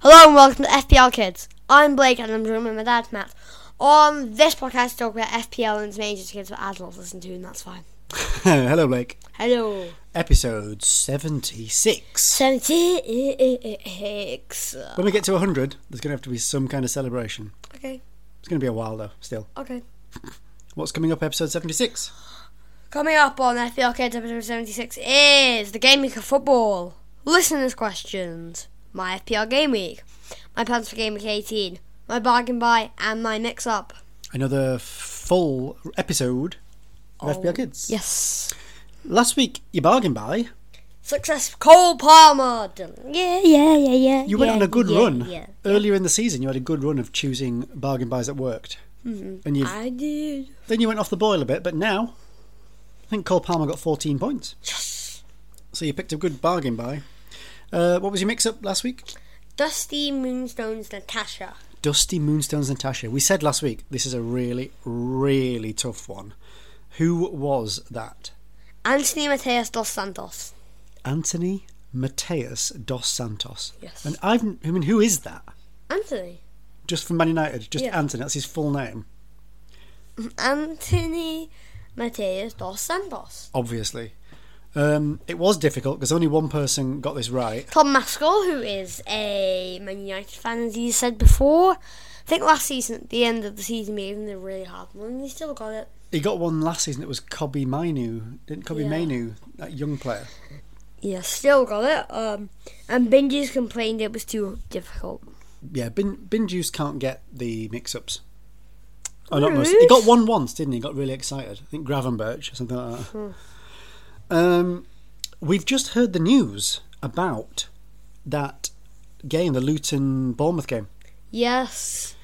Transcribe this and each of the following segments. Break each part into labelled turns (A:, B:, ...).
A: Hello and welcome to FPL Kids. I'm Blake and I'm joined by my dad, Matt. On this podcast, we talk about FPL and it's made kids for adults listen to, and that's fine.
B: Hello, Blake.
A: Hello.
B: Episode 76.
A: 76.
B: When we get to 100, there's going to have to be some kind of celebration.
A: Okay,
B: It's going to be a while, though, still.
A: okay.
B: What's coming up, episode 76?
A: Coming up on FPL Kids episode 76 is the Game Week of Football. Listeners' questions. My FPL Game Week. My plans for Game Week 18. My bargain buy and my mix up.
B: Another full episode of
A: Oh,
B: FPL Kids.
A: Yes.
B: Last week, you bargained by.
A: Success Cole Palmer. Yeah, yeah, yeah, yeah.
B: You went
A: yeah,
B: on a good
A: yeah,
B: run.
A: Yeah.
B: Earlier in the season, you had a good run of choosing bargain buys that worked. Mm-hmm. And you
A: I did.
B: then you went off the boil a bit, but now I think Cole Palmer got 14 points.
A: Yes.
B: So you picked a good bargain buy. Uh, what was your mix up last week?
A: Dusty Moonstone's Natasha.
B: Dusty Moonstone's Natasha. We said last week this is a really, really tough one. Who was that?
A: Anthony Mateus dos Santos.
B: Anthony Mateus dos Santos.
A: Yes.
B: And I've, I mean, who is that?
A: Anthony.
B: Just from Man United, just
A: Yeah.
B: Anthony. That's his full name,
A: Anthony Mateus dos Santos.
B: obviously. Um, it was difficult because only one person got this right.
A: Tom Maskell, who is a Man United fan, as you said before. I think last season, at the end of the season, we gave him the really hard one, and he still got it.
B: He got one last season. It was Kobe Mainu, didn't Kobe
A: Yeah.
B: Mainu, that young player.
A: Yeah, still got it. Um, and Benji's complained it was too difficult.
B: Yeah, Bin, Bin Juice can't get the mix-ups. Oh, not most. He got one once, didn't he? Got really excited. I think Gravenberch or something like that. Um, we've just heard the news about that game, the Luton Bournemouth game.
A: Yes.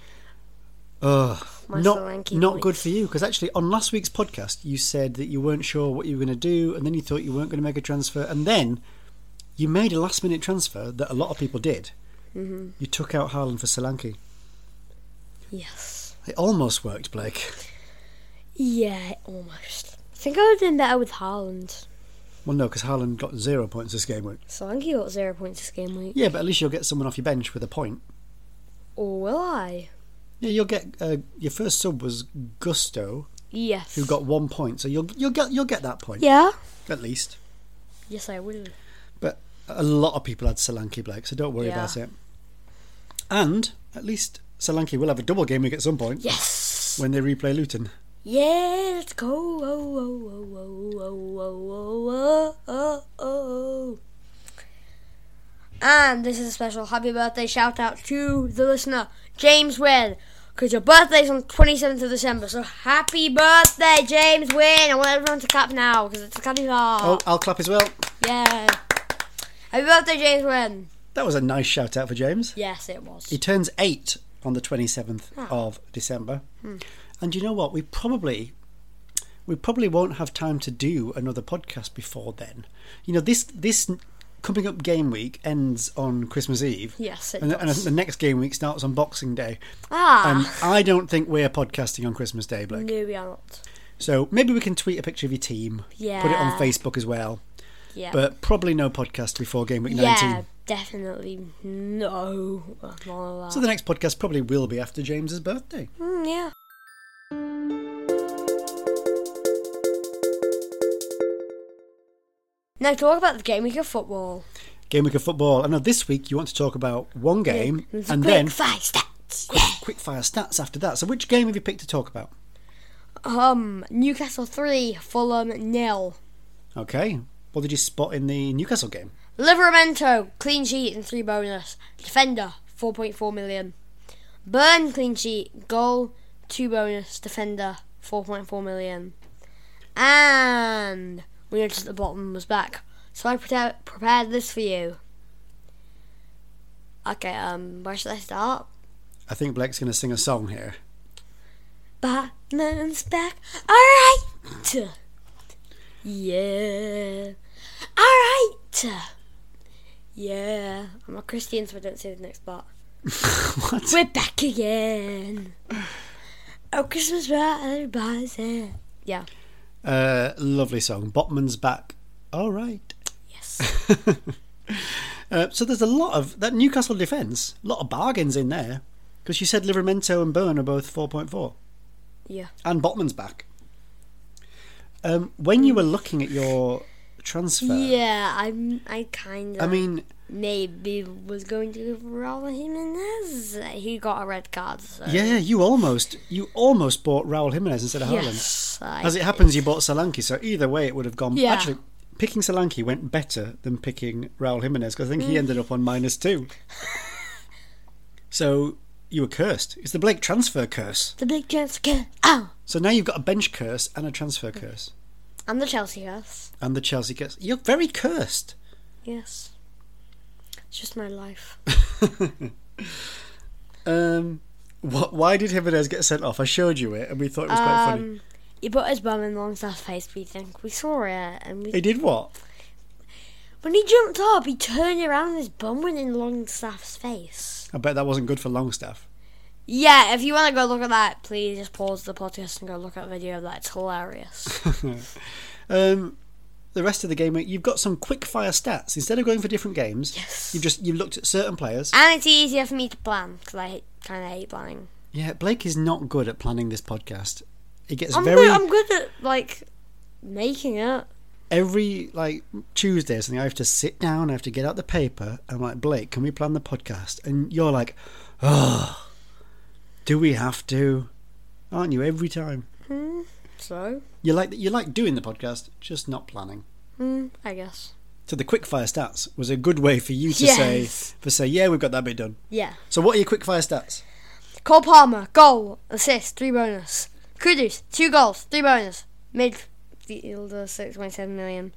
B: Ugh,
A: My
B: not
A: Solanke
B: not good
A: points.
B: for you because actually on last week's podcast you said that you weren't sure what you were going to do, and then you thought you weren't going to make a transfer, and then you made a last minute transfer that a lot of people did. Mm-hmm. You took out Haaland for Solanke.
A: Yes.
B: It almost worked, Blake.
A: Yeah, almost. I think I would have been better with Haaland.
B: Well, no, because Haaland got zero points this game week.
A: Solanke got zero points this game week.
B: Yeah, but at least you'll get someone off your bench with a point.
A: Or will I?
B: Yeah, you'll get uh, your first sub was Gusto,
A: Yes.
B: who got one point, so you'll you'll get you'll get that point
A: Yeah.
B: at least.
A: Yes, I will.
B: But a lot of people had Solanke Blake, so don't worry
A: Yeah.
B: about it. And at least Solanke will have a double game week at some point
A: Yes.
B: when they replay Luton.
A: Yeah, let's go. Oh, oh, oh, oh, oh, oh, oh, oh, oh. And this is a special happy birthday shout out to the listener, James Wynn. Because your birthday's on 27th of December, so happy birthday, James Wynn! I want everyone to clap now, because it's a clapping bar.
B: Oh, I'll clap as well.
A: Yeah. Happy birthday, James Wynn.
B: That was a nice shout out for James.
A: Yes, it was.
B: He turns eight on the twenty seventh
A: Ah.
B: of December,
A: Hmm.
B: and you know what? We probably we probably won't have time to do another podcast before then. You know this this coming up game week ends on Christmas Eve.
A: Yes, it
B: And, and I
A: does.
B: think the next game week starts on Boxing Day.
A: ah, Mm.
B: And I don't think we're podcasting on Christmas Day, Blake.
A: no, we are not.
B: So maybe we can tweet a picture of your team, put it on
A: Yeah.
B: Facebook as well.
A: Yeah.
B: But probably no podcast before game week
A: yeah,
B: 19.
A: definitely no. Not allowed.
B: So the next podcast probably will be after James's birthday.
A: Mm, yeah. Now talk about the game week of football.
B: Game week of football. I know this week you want to talk about one game
A: It's
B: and
A: quick
B: then
A: five stats. Yeah.
B: quick fire stats after that. So which game have you picked to talk about?
A: Um, Newcastle three, Fulham nil.
B: Okay. What did you spot in the Newcastle game?
A: Liveramento, clean sheet and three bonus. Defender, 4.4 million. Burn, clean sheet, goal, two bonus. Defender, 4.4 million. And we noticed the bottom was back. So I prete- prepared this for you. Okay, um, where should I start?
B: I think Blake's going to sing a song here.
A: Batman's back. Alright! Yeah. Alright! Yeah. I'm a Christian, so I don't say the next part.
B: what?
A: We're back again. Oh, Christmas right, everybody's here. Yeah.
B: Uh, lovely song. Botman's back. All right.
A: Yes.
B: Uh, so there's a lot of that Newcastle defence. A lot of bargains in there because you said Livermento and Byrne are both four point four,
A: Yeah.
B: and Botman's back. Um, when you were looking at your transfer,
A: Yeah, I'm. I kind of.
B: I mean,
A: maybe was going to go for Raul Jimenez. He got a red card. So.
B: yeah, you almost you almost bought Raúl Jimenez instead of Haaland.
A: Yes. I,
B: As it happens, you bought Solanke, so either way, it would have gone.
A: Yeah.
B: Actually, picking Solanke went better than picking Raul Jimenez because I think he ended up on minus two. so you were cursed. It's the Blake transfer curse.
A: the big chance. Oh,
B: So now you've got a bench curse and a transfer curse,
A: and the Chelsea curse.
B: and the Chelsea curse. You're very cursed.
A: Yes. It's just my life.
B: Um, what, why did Jimenez get sent off? I showed you it, and we thought it was quite funny.
A: Um, he put his bum in Longstaff's face. We think we saw it, and we
B: He did what?
A: When he jumped up, he turned around and his bum went in Longstaff's face.
B: I bet that wasn't good for Longstaff.
A: Yeah, if you want to go look at that, please just pause the podcast and go look at the video of that. It's hilarious.
B: Um, the rest of the game, you've got some quick fire stats instead of going for different games.
A: Yes.
B: You've just you have looked at certain players.
A: and it's easier for me to plan because I kind of hate planning.
B: Yeah, Blake is not good at planning this podcast. He gets
A: I'm
B: very
A: good. I'm good at like making it.
B: every like Tuesday or something. I have to sit down. I have to get out the paper. I'm like Blake, can we plan the podcast? And you're like, oh, do we have to? Aren't you every time?
A: So,
B: You like you like doing the podcast, just not planning.
A: mm, I guess.
B: So the quickfire stats was a good way for you to
A: Yes.
B: say for say yeah we've got that bit done.
A: Yeah.
B: So what are your quickfire stats?
A: Cole Palmer, goal, assist, three bonus. Kudus, two goals, three bonus. Midfielder, 6.7 million.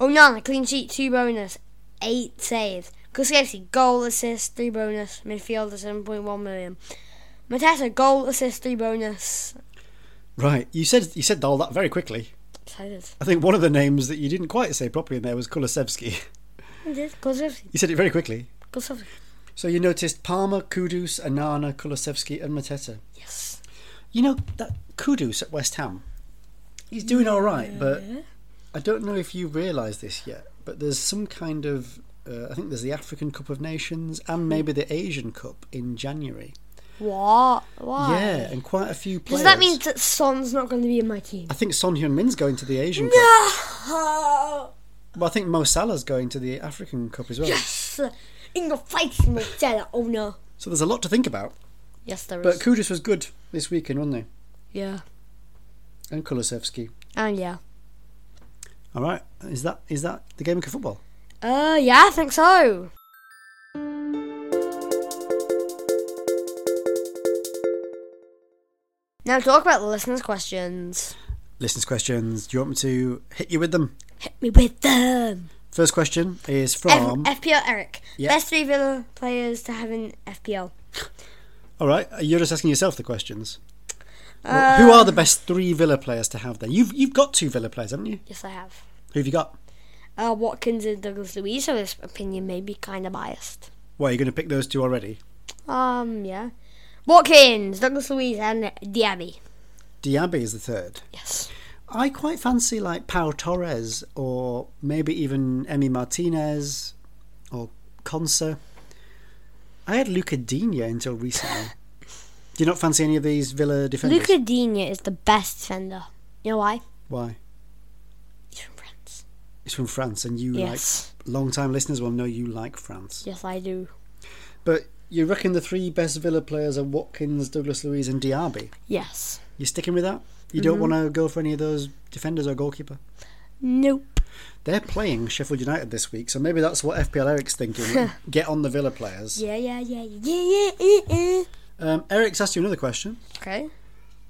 A: Onana, clean sheet, two bonus, eight saves. Kuskevsky, goal, assist, three bonus. Midfielder, 7.1 million. Mateta, goal, assist, three bonus.
B: Right, you said you said all that very quickly.
A: Excited.
B: I think one of the names that you didn't quite say properly in there was Kulisevsky.
A: We did. Kulusevski,
B: You said it very quickly.
A: Kulusevski.
B: So you noticed Palmer, Kudus, Anana, Kulisevsky, and Mateta.
A: Yes.
B: You know that Kudus at West Ham. He's doing all right, but I don't know if you realise this yet. But there's some kind of uh, I think there's the African Cup of Nations and maybe the Asian Cup in January.
A: What? Why?
B: Yeah, and quite a few players.
A: Does that mean that Son's not going to be in my team?
B: I think Son Heung-min's going to the Asian Cup.
A: No!
B: Well, I think Mo Salah's going to the African Cup as well.
A: Yes! Ingo fights Mateta, oh no.
B: So there's a lot to think about.
A: Yes, there
B: But
A: is.
B: Kudus was good this weekend, wasn't
A: yeah.
B: he? And Kulusevski.
A: And Oh, yeah.
B: All right, is that is that the game of football?
A: Uh, yeah, I think so. Now talk about the listeners' questions.
B: Listeners' questions. Do you want me to hit you with them?
A: Hit me with them.
B: First question is from.
A: F- FPL Eric.
B: Yeah.
A: Best three Villa players to have in FPL.
B: all right, you're just asking yourself the questions. Well,
A: Uh,
B: Who are the best three Villa players to have there? You've you've got two Villa players, haven't you?
A: Yes, I have.
B: Who have you got?
A: Uh, Watkins and Douglas Luiz, so this opinion may be kind of biased.
B: Why are you going to pick those two already?
A: Um, yeah. Watkins, Douglas Luiz, and Diaby.
B: Diaby is the third.
A: Yes.
B: I quite fancy like Pau Torres or maybe even Emi Martinez or Conser. I had Luca Digne until recently. Do you not fancy any of these Villa defenders?
A: Luca Digne is the best defender. You know why?
B: Why?
A: He's from France.
B: It's from France, and you
A: Yes.
B: like long-time listeners will know you like France.
A: Yes, I do.
B: But you reckon the three best Villa players are Watkins, Douglas Luiz, and Diaby?
A: Yes.
B: You sticking with that? You
A: Mm-hmm.
B: don't want to go for any of those defenders or goalkeeper?
A: Nope.
B: They're playing Sheffield United this week, so maybe that's what FPL Eric's thinking. Get on the Villa players.
A: Yeah, yeah, yeah, yeah, yeah, yeah.
B: Um, Eric's asked you another question.
A: Okay.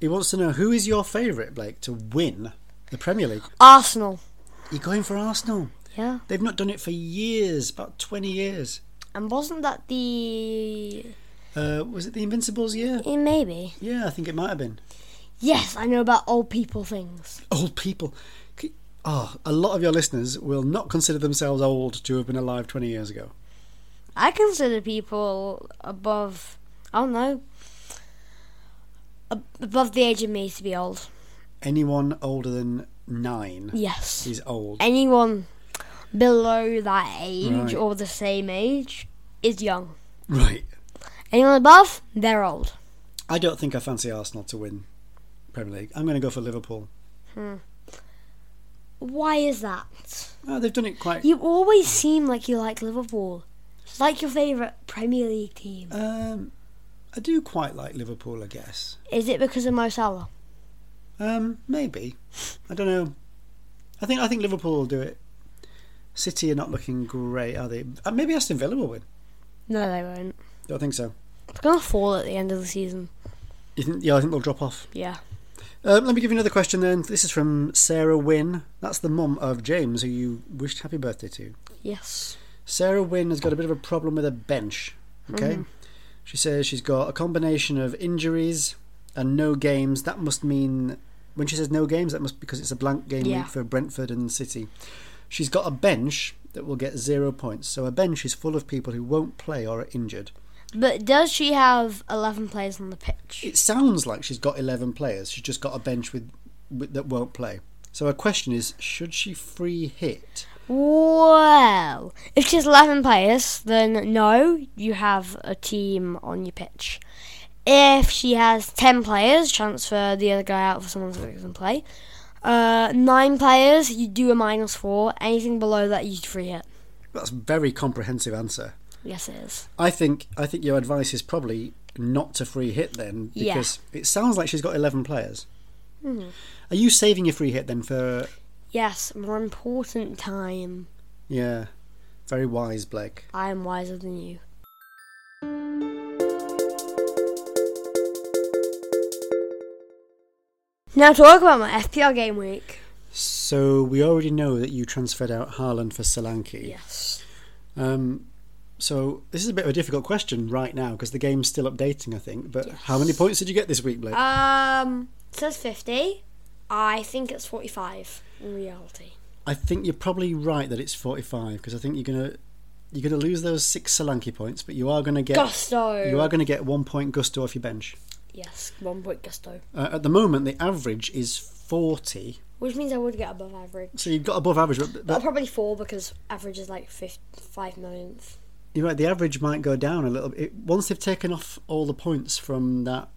B: He wants to know who is your favourite, Blake, to win the Premier League?
A: Arsenal.
B: You're going for Arsenal.
A: Yeah.
B: They've not done it for years, about 20 years.
A: And wasn't that the.
B: Uh, was it the Invincibles year?
A: Eh, maybe.
B: Yeah, I think it might have been.
A: Yes, I know about old people things.
B: Old people. C- Oh, a lot of your listeners will not consider themselves old to have been alive 20 years ago.
A: I consider people above. I don't know. ab- Above the age of me to be old.
B: Anyone older than nine
A: Yes.
B: is old.
A: Anyone below that age
B: Right.
A: or the same age is young.
B: Right.
A: Anyone above, they're old.
B: I don't think I fancy Arsenal to win Premier League. I'm going to go for Liverpool.
A: Why is that?
B: Oh, they've done it quite.
A: You always seem like you like Liverpool. Like your favourite Premier League team.
B: Um, I do quite like Liverpool, I guess.
A: Is it because of Mo Salah?
B: Um, maybe. I don't know. I think I think Liverpool will do it. City are not looking great, are they? Uh, Maybe Aston Villa will win.
A: No, they won't.
B: Don't think so.
A: It's gonna fall at the end of the season.
B: You think? Yeah, I think they'll drop off.
A: Yeah.
B: Um, let me give you another question then. This is from Sarah Wynn. That's the mum of James, who you wished happy birthday to.
A: Yes.
B: Sarah Wynn has got a bit of a problem with a bench. Okay. She says she's got a combination of injuries and no games. That must mean when she says no games, that must because it's a blank game
A: Yeah.
B: week for Brentford and City. She's got a bench that will get zero points. So a bench is full of people who won't play or are injured.
A: But does she have eleven players on the pitch?
B: It sounds like she's got eleven players. She's just got a bench with, with that won't play. So her question is: Should she free hit?
A: Well, if she has eleven players, then no, you have a team on your pitch. If she has ten players, transfer the other guy out for someone so they can play. Uh, nine players, you do a minus four. Anything below that, you free hit.
B: That's a very comprehensive answer.
A: Yes, it is.
B: I think I think your advice is probably not to free hit then
A: Yeah. Mm-hmm.
B: because it sounds like she's got eleven players. Are you saving your free hit then for?
A: Yes, more important time.
B: Yeah, very wise, Blake.
A: I am wiser than you. Now talk about my FPL game week.
B: So we already know that you transferred out Haaland for Solanke.
A: Yes.
B: Um, so this is a bit of a difficult question right now because the game's still updating, I think. But how many points did you get this week, Blake?
A: Um, it says fifty. I think it's forty-five in reality.
B: I think you're probably right that it's forty-five because I think you're gonna you're gonna lose those six Solanke points, but you are gonna get
A: Gusto.
B: you are gonna get one point gusto off your bench.
A: Yes, one point gusto,
B: Uh, at the moment, the average is 40.
A: which means I would get above average.
B: So you've got above average, but,
A: But
B: but
A: probably four because average is like fifth, five millionth.
B: you're right, the average might go down a little bit. Once they've taken off all the points from that,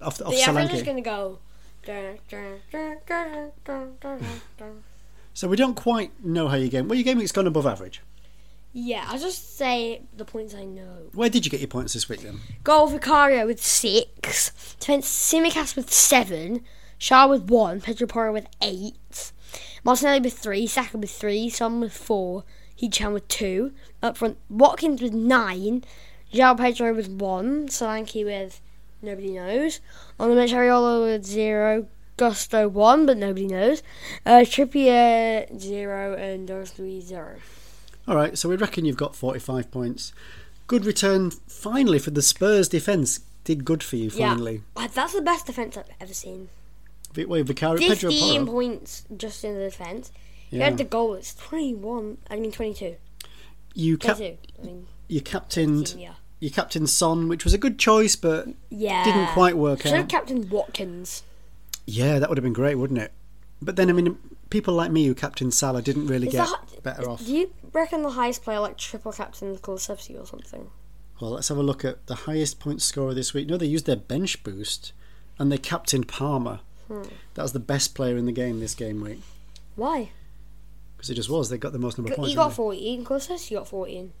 B: off, off
A: The average is
B: Solanke.
A: gonna go. dun, dun, dun, dun, dun, dun, dun.
B: So we don't quite know how your game... Well, your game week's gone above average.
A: Yeah, I'll just say the points I know.
B: Where did you get your points this week, then?
A: Goal Vicario with six, defense Simicast with seven, Shaw with one, Pedro Porro with eight, Martinelli with three, Saka with three, Son with four, Hechan with two, up front Watkins with nine, João Pedro with one, Solanke with nobody knows, on the bench Ariola with zero, Gusto one but nobody knows, uh, Trippier zero, and Doris Luiz zero.
B: All right, so we reckon you've got 45 points. Good return, finally, for the Spurs defence. Did good for you, finally.
A: Yeah, Uh, that's the best defense I've ever seen.
B: Vi- Well, Vicario, Pedro
A: 15
B: Porro.
A: points just in the defense. You
B: Yeah.
A: had the goal. It's 21. I mean 22.
B: You, cap-
A: 22. I mean,
B: you captained...
A: yeah.
B: You captained Son, which was a good choice, but
A: Yeah.
B: didn't quite work
A: Should
B: out.
A: have Captain Watkins.
B: Yeah, that would have been great, wouldn't it? But then, I mean, people like me who captain Salah didn't really
A: Is
B: get
A: that-
B: better off.
A: Do you reckon the highest player like triple captain is called Subsy or something?
B: Well, let's have a look at the highest point scorer this week. No, they used their bench boost and they captained Palmer.
A: Hmm.
B: That was the best player in the game this game week
A: Why?
B: because it just was. They got the most number of points.
A: He
B: didn't
A: got
B: they?
A: 14. Closest, you got 14.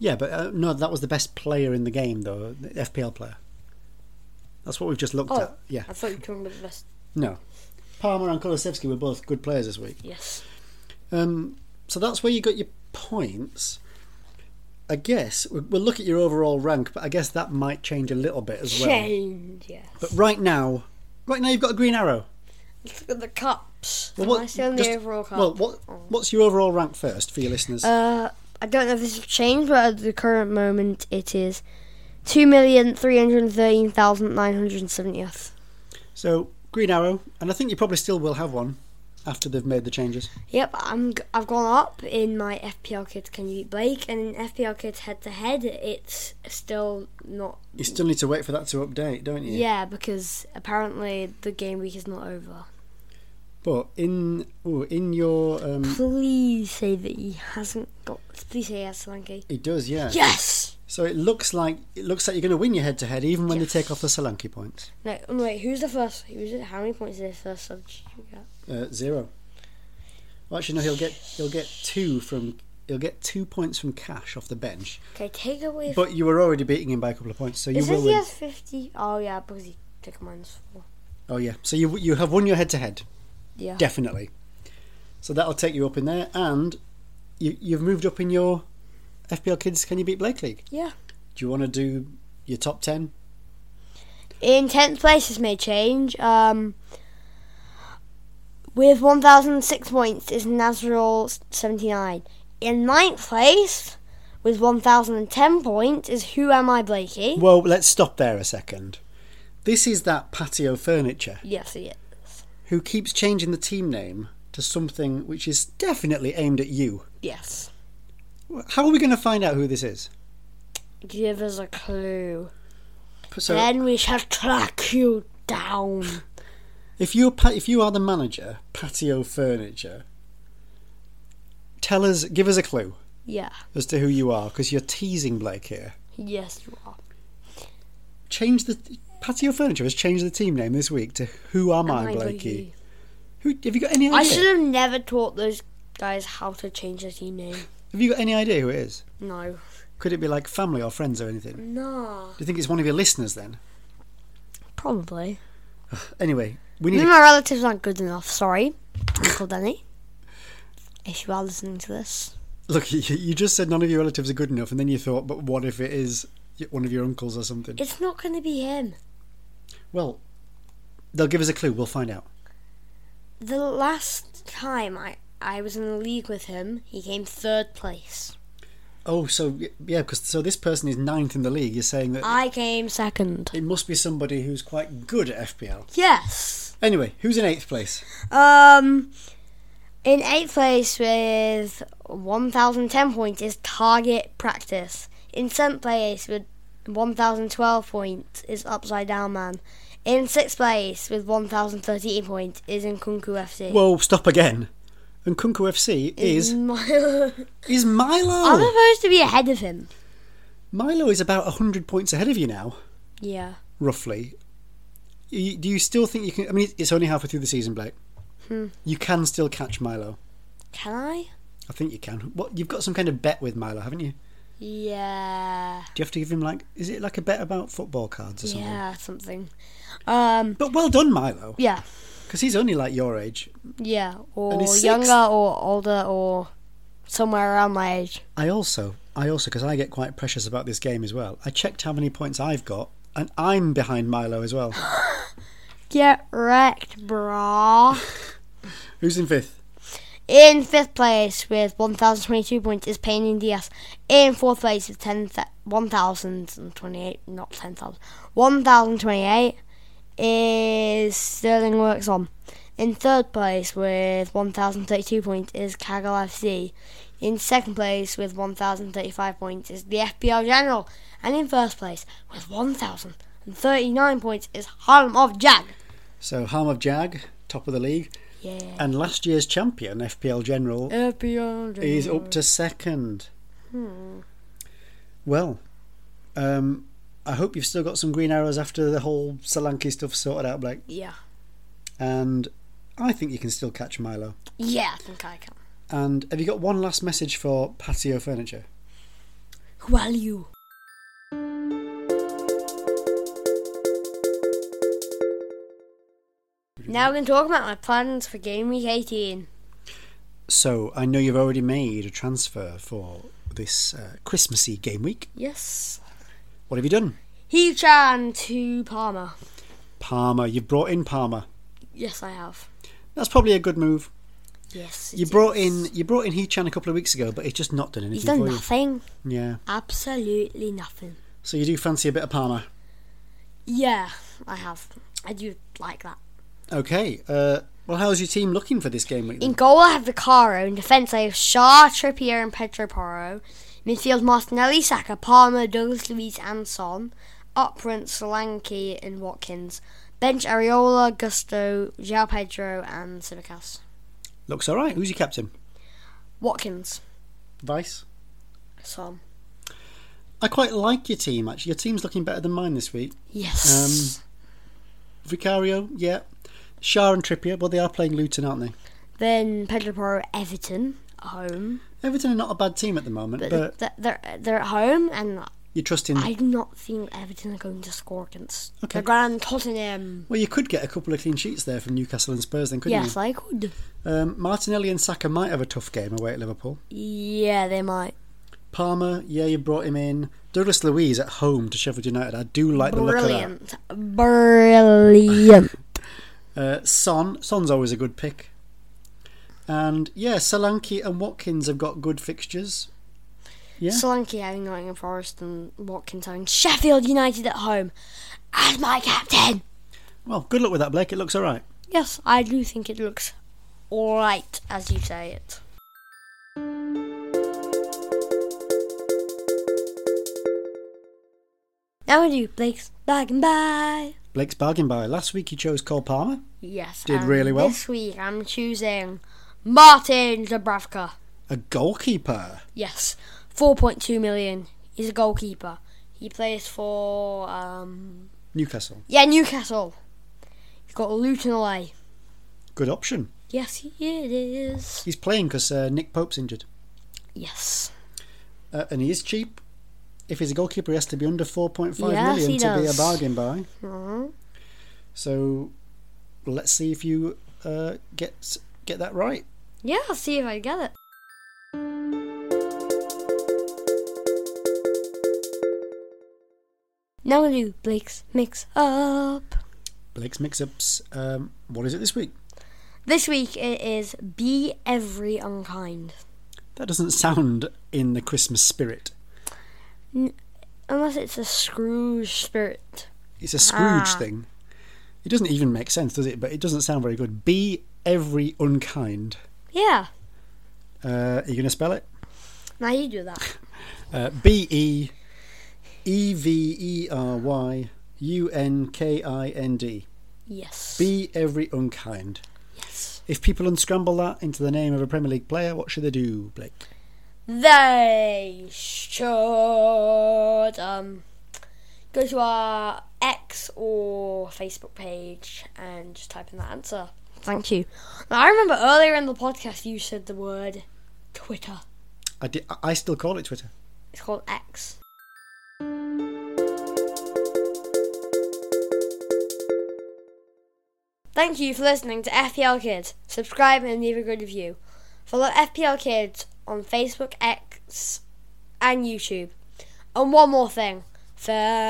B: Yeah, but uh, no, that was the best player in the game though, the FPL player. That's what we've just looked
A: Oh.
B: at. Yeah,
A: I thought you were talking about the best.
B: no, Palmer and Kolosevsky were both good players this week.
A: Yes.
B: Um, so that's where you got your points. I guess we- we'll look at your overall rank, but I guess that might change a little bit as well.
A: Change, yes.
B: But right now, right now you've got a green arrow.
A: Let's look at the cups.
B: Well,
A: Am I still in the
B: just-
A: overall cup?
B: Well, what, what's your overall rank first for your listeners?
A: Uh, I don't know if this has changed, but at the current moment, it is two million three hundred thirteen thousand nine hundred seventieth.
B: so green arrow, and I think you probably still will have one after they've made the changes.
A: Yep, I'm. g- I've gone up in my FPL kids. Can you beat Blake? And in FPL kids head to head, it's still not.
B: You still need to wait for that to update, don't you?
A: Yeah, because apparently the game week is not over.
B: But in ooh, in your um,
A: Please say that he hasn't got. Please say he has Solanke.
B: it does, yeah.
A: Yes.
B: So it looks like it looks like you're going to win your head to head, even when
A: Yes.
B: they take off the Solanke points.
A: No, no, wait. Who's the first? Who's it? How many points did the first substitute get?
B: Uh, zero. Well, actually, no. He'll get he'll get two from he'll get two points from Cash off the bench.
A: Okay, take away.
B: But you were already beating him by a couple of points, so you
A: it
B: will
A: says he
B: win.
A: has fifty. Oh yeah, because he took a minus four.
B: Oh yeah. So you you have won your head to head.
A: Yeah.
B: Definitely. So that'll take you up in there, and you, you've moved up in your FPL Kids Can You Beat Blake League.
A: Yeah.
B: Do you want to do your top 10?
A: In tenth place has made change. Um, with one thousand six points is Nazrul seventy nine. In ninth place, with one thousand and ten points, is Who Am I Blakey?
B: Well, let's stop there a second. This is that patio furniture
A: Yes, he is.
B: who keeps changing the team name to something which is definitely aimed at you.
A: Yes.
B: How are we going to find out who this is?
A: Give us a clue.
B: So,
A: then we shall track you down.
B: if you if you are the manager, patio furniture, tell us, give us a clue
A: yeah.
B: as to who you are, because you're teasing Blake here.
A: Yes, you are.
B: changed the patio furniture has changed the team name this week to Who Am, I, Blakey? Who have you got any idea?
A: I should have never taught those guys how to change their team name.
B: Have you got any idea who it is?
A: No.
B: Could it be like family or friends or anything? Do
A: Nah.
B: you think it's one of your listeners then?
A: Probably.
B: Anyway, we need.
A: None
B: a-
A: of my relatives aren't good enough. Sorry, Uncle Danny. If you are listening to this,
B: Look, you, you just said none of your relatives are good enough, and then you thought, but what if it is y- one of your uncles or something?
A: it's not going to be him.
B: Well, they'll give us a clue. We'll find out.
A: The last time I, I was in the league with him, he came third place.
B: Oh, so y- yeah, because so this person is ninth in the league. You're saying that
A: I came second.
B: it must be somebody who's quite good at FPL.
A: Yes.
B: Anyway, who's in eighth place?
A: Um, in eighth place with 1,010 points is Target Practice. In seventh place with 1,012 points is Upside Down Man. In sixth place with 1,013 points is Nkunku FC.
B: Whoa, stop again. And Kunku FC is Oh.
A: Milo.
B: is
A: I'm
B: Milo.
A: supposed to be ahead of him.
B: Milo is about hundred points ahead of you now,
A: Yeah.
B: roughly. You, do you still think you can? I mean, it's only halfway through the season, Blake.
A: Hmm.
B: You can still catch Milo.
A: Can I?
B: I think you can. What you've got some kind of bet with Milo, haven't you?
A: Yeah.
B: Do you have to give him like? Is it like a bet about football cards or something?
A: Yeah, something. Um,
B: But well done, Milo,
A: yeah.
B: because he's only like your age.
A: Yeah.
B: And
A: Or
B: he's sixth.
A: younger or older or somewhere around my age.
B: I also, I also, because I get quite precious about this game as well. I checked how many points I've got, and I'm behind Milo as well.
A: Get wrecked, brah.
B: Who's in fifth?
A: In fifth place with 1,022 points is Payne and Diaz. In fourth place with 10, th- 1,028, not 10,000, 1,028 is Sterling Works On. In third place with 1,032 points is Kaggle FC. In second place with 1,035 points is the FBL General. And in first place with 1,039 points is Harlem of Jag.
B: So Harm of Jag, top of the league,
A: Yeah.
B: and last year's champion FPL General
A: FBL General.
B: is up to second.
A: Hmm.
B: Well, um, I hope you've still got some green arrows after the whole Solanke stuff sorted out, Blake.
A: Yeah.
B: And I think you can still catch Milo.
A: Yeah, I think I can.
B: And have you got one last message for patio furniture?
A: Who are you? Now we're going to talk about my plans for Game Week 18.
B: So I know you've already made a transfer for this uh, Christmassy game week.
A: Yes.
B: What have you done,
A: He Chan to Palmer.
B: Palmer? You've brought in Palmer.
A: Yes, I have.
B: That's probably a good move.
A: Yes. it
B: You brought
A: is.
B: in you brought in Hee Chan a couple of weeks ago, but he's just not done anything
A: He's done
B: for
A: nothing.
B: you. Yeah.
A: Absolutely nothing.
B: So you do fancy a bit of Palmer.
A: Yeah, I have. I do like that.
B: Okay. Uh, well, how's your team looking for this game week?
A: In
B: Then?
A: goal, I have Vicaro. In defence, I have Shaw, Trippier, and Pedro Porro. Midfield, Martinelli, Saka, Palmer, Douglas Luiz, and Son. Up front, Solanke and Watkins. Bench Areola, Gusto, João Pedro, and Simicas.
B: Looks all right. Who's your captain?
A: Watkins,
B: Vice.
A: Son.
B: I quite like your team actually. Your team's looking better than mine this week.
A: Yes.
B: Um, Vicario, yeah. Shah and Trippier, well, they are playing Luton, aren't they?
A: then Pedro Porro, Everton, at home.
B: Everton are not a bad team at the moment,
A: But,
B: but,
A: th- they're, they're at home, and
B: you trust in.
A: I do not think Everton are going to score against.
B: Okay.
A: They're going to Tottenham.
B: Well, you could get a couple of clean sheets there from Newcastle and Spurs, then, couldn't
A: Yes, I could.
B: you? Um, Martinelli and Saka might have a tough game away at Liverpool.
A: Yeah, they might.
B: Palmer, yeah, you brought him in. Douglas Louise at home to Sheffield United. I do like the look of
A: Brilliant. Brilliant.
B: that. Uh, Son, Son's always a good pick. And yeah, Solanke and Watkins have got good fixtures. Yeah.
A: Solanke having Nottingham Forest and Watkins having Sheffield United at home as my captain.
B: Well, good luck with that, Blake. It looks all right.
A: Yes, I do think it looks alright as you say it. Now we do Blake's Bag and Bye.
B: Blake's bargain buy. Last week he chose Cole Palmer.
A: Yes.
B: Did
A: and
B: really well.
A: This week I'm choosing Martin Zabravka.
B: A goalkeeper.
A: Yes. 4.2 million. He's a goalkeeper. He plays for um
B: Newcastle.
A: Yeah, Newcastle. He's got Luton away.
B: Good option.
A: Yes, he it is.
B: He's playing because uh, Nick Pope's injured.
A: Yes.
B: Uh, and he is cheap. If he's a goalkeeper, he has to be under four point five
A: Yes,
B: million
A: he
B: to be a
A: does.
B: bargain buy.
A: Mhm.
B: So let's see if you uh, get get that right.
A: Yeah, I'll see if I get it. Now we do Blake's mix up.
B: Blake's mix-ups. Um, what is it this week?
A: This week it is Be Every Unkind.
B: That doesn't sound in the Christmas spirit.
A: Unless it's a Scrooge spirit.
B: It's a Scrooge
A: Ah.
B: thing. It doesn't even make sense, does it? But it doesn't sound very good. Be every unkind.
A: Yeah.
B: Uh, are you going to spell it?
A: Now you do that.
B: Uh, B E E V E R Y U N K I N D.
A: Yes.
B: Be every unkind.
A: Yes.
B: If people unscramble that into the name of a Premier League player, what should they do, Blake?
A: They should um, go to our X or Facebook page and just type in that answer. Thank you. Now, I remember earlier in the podcast you said the word Twitter.
B: I, di- I still call it Twitter.
A: It's called X. Thank you for listening to FPL Kids. Subscribe and leave a good review. Follow FPL Kids on Facebook, X, and YouTube. And one more thing. Fa-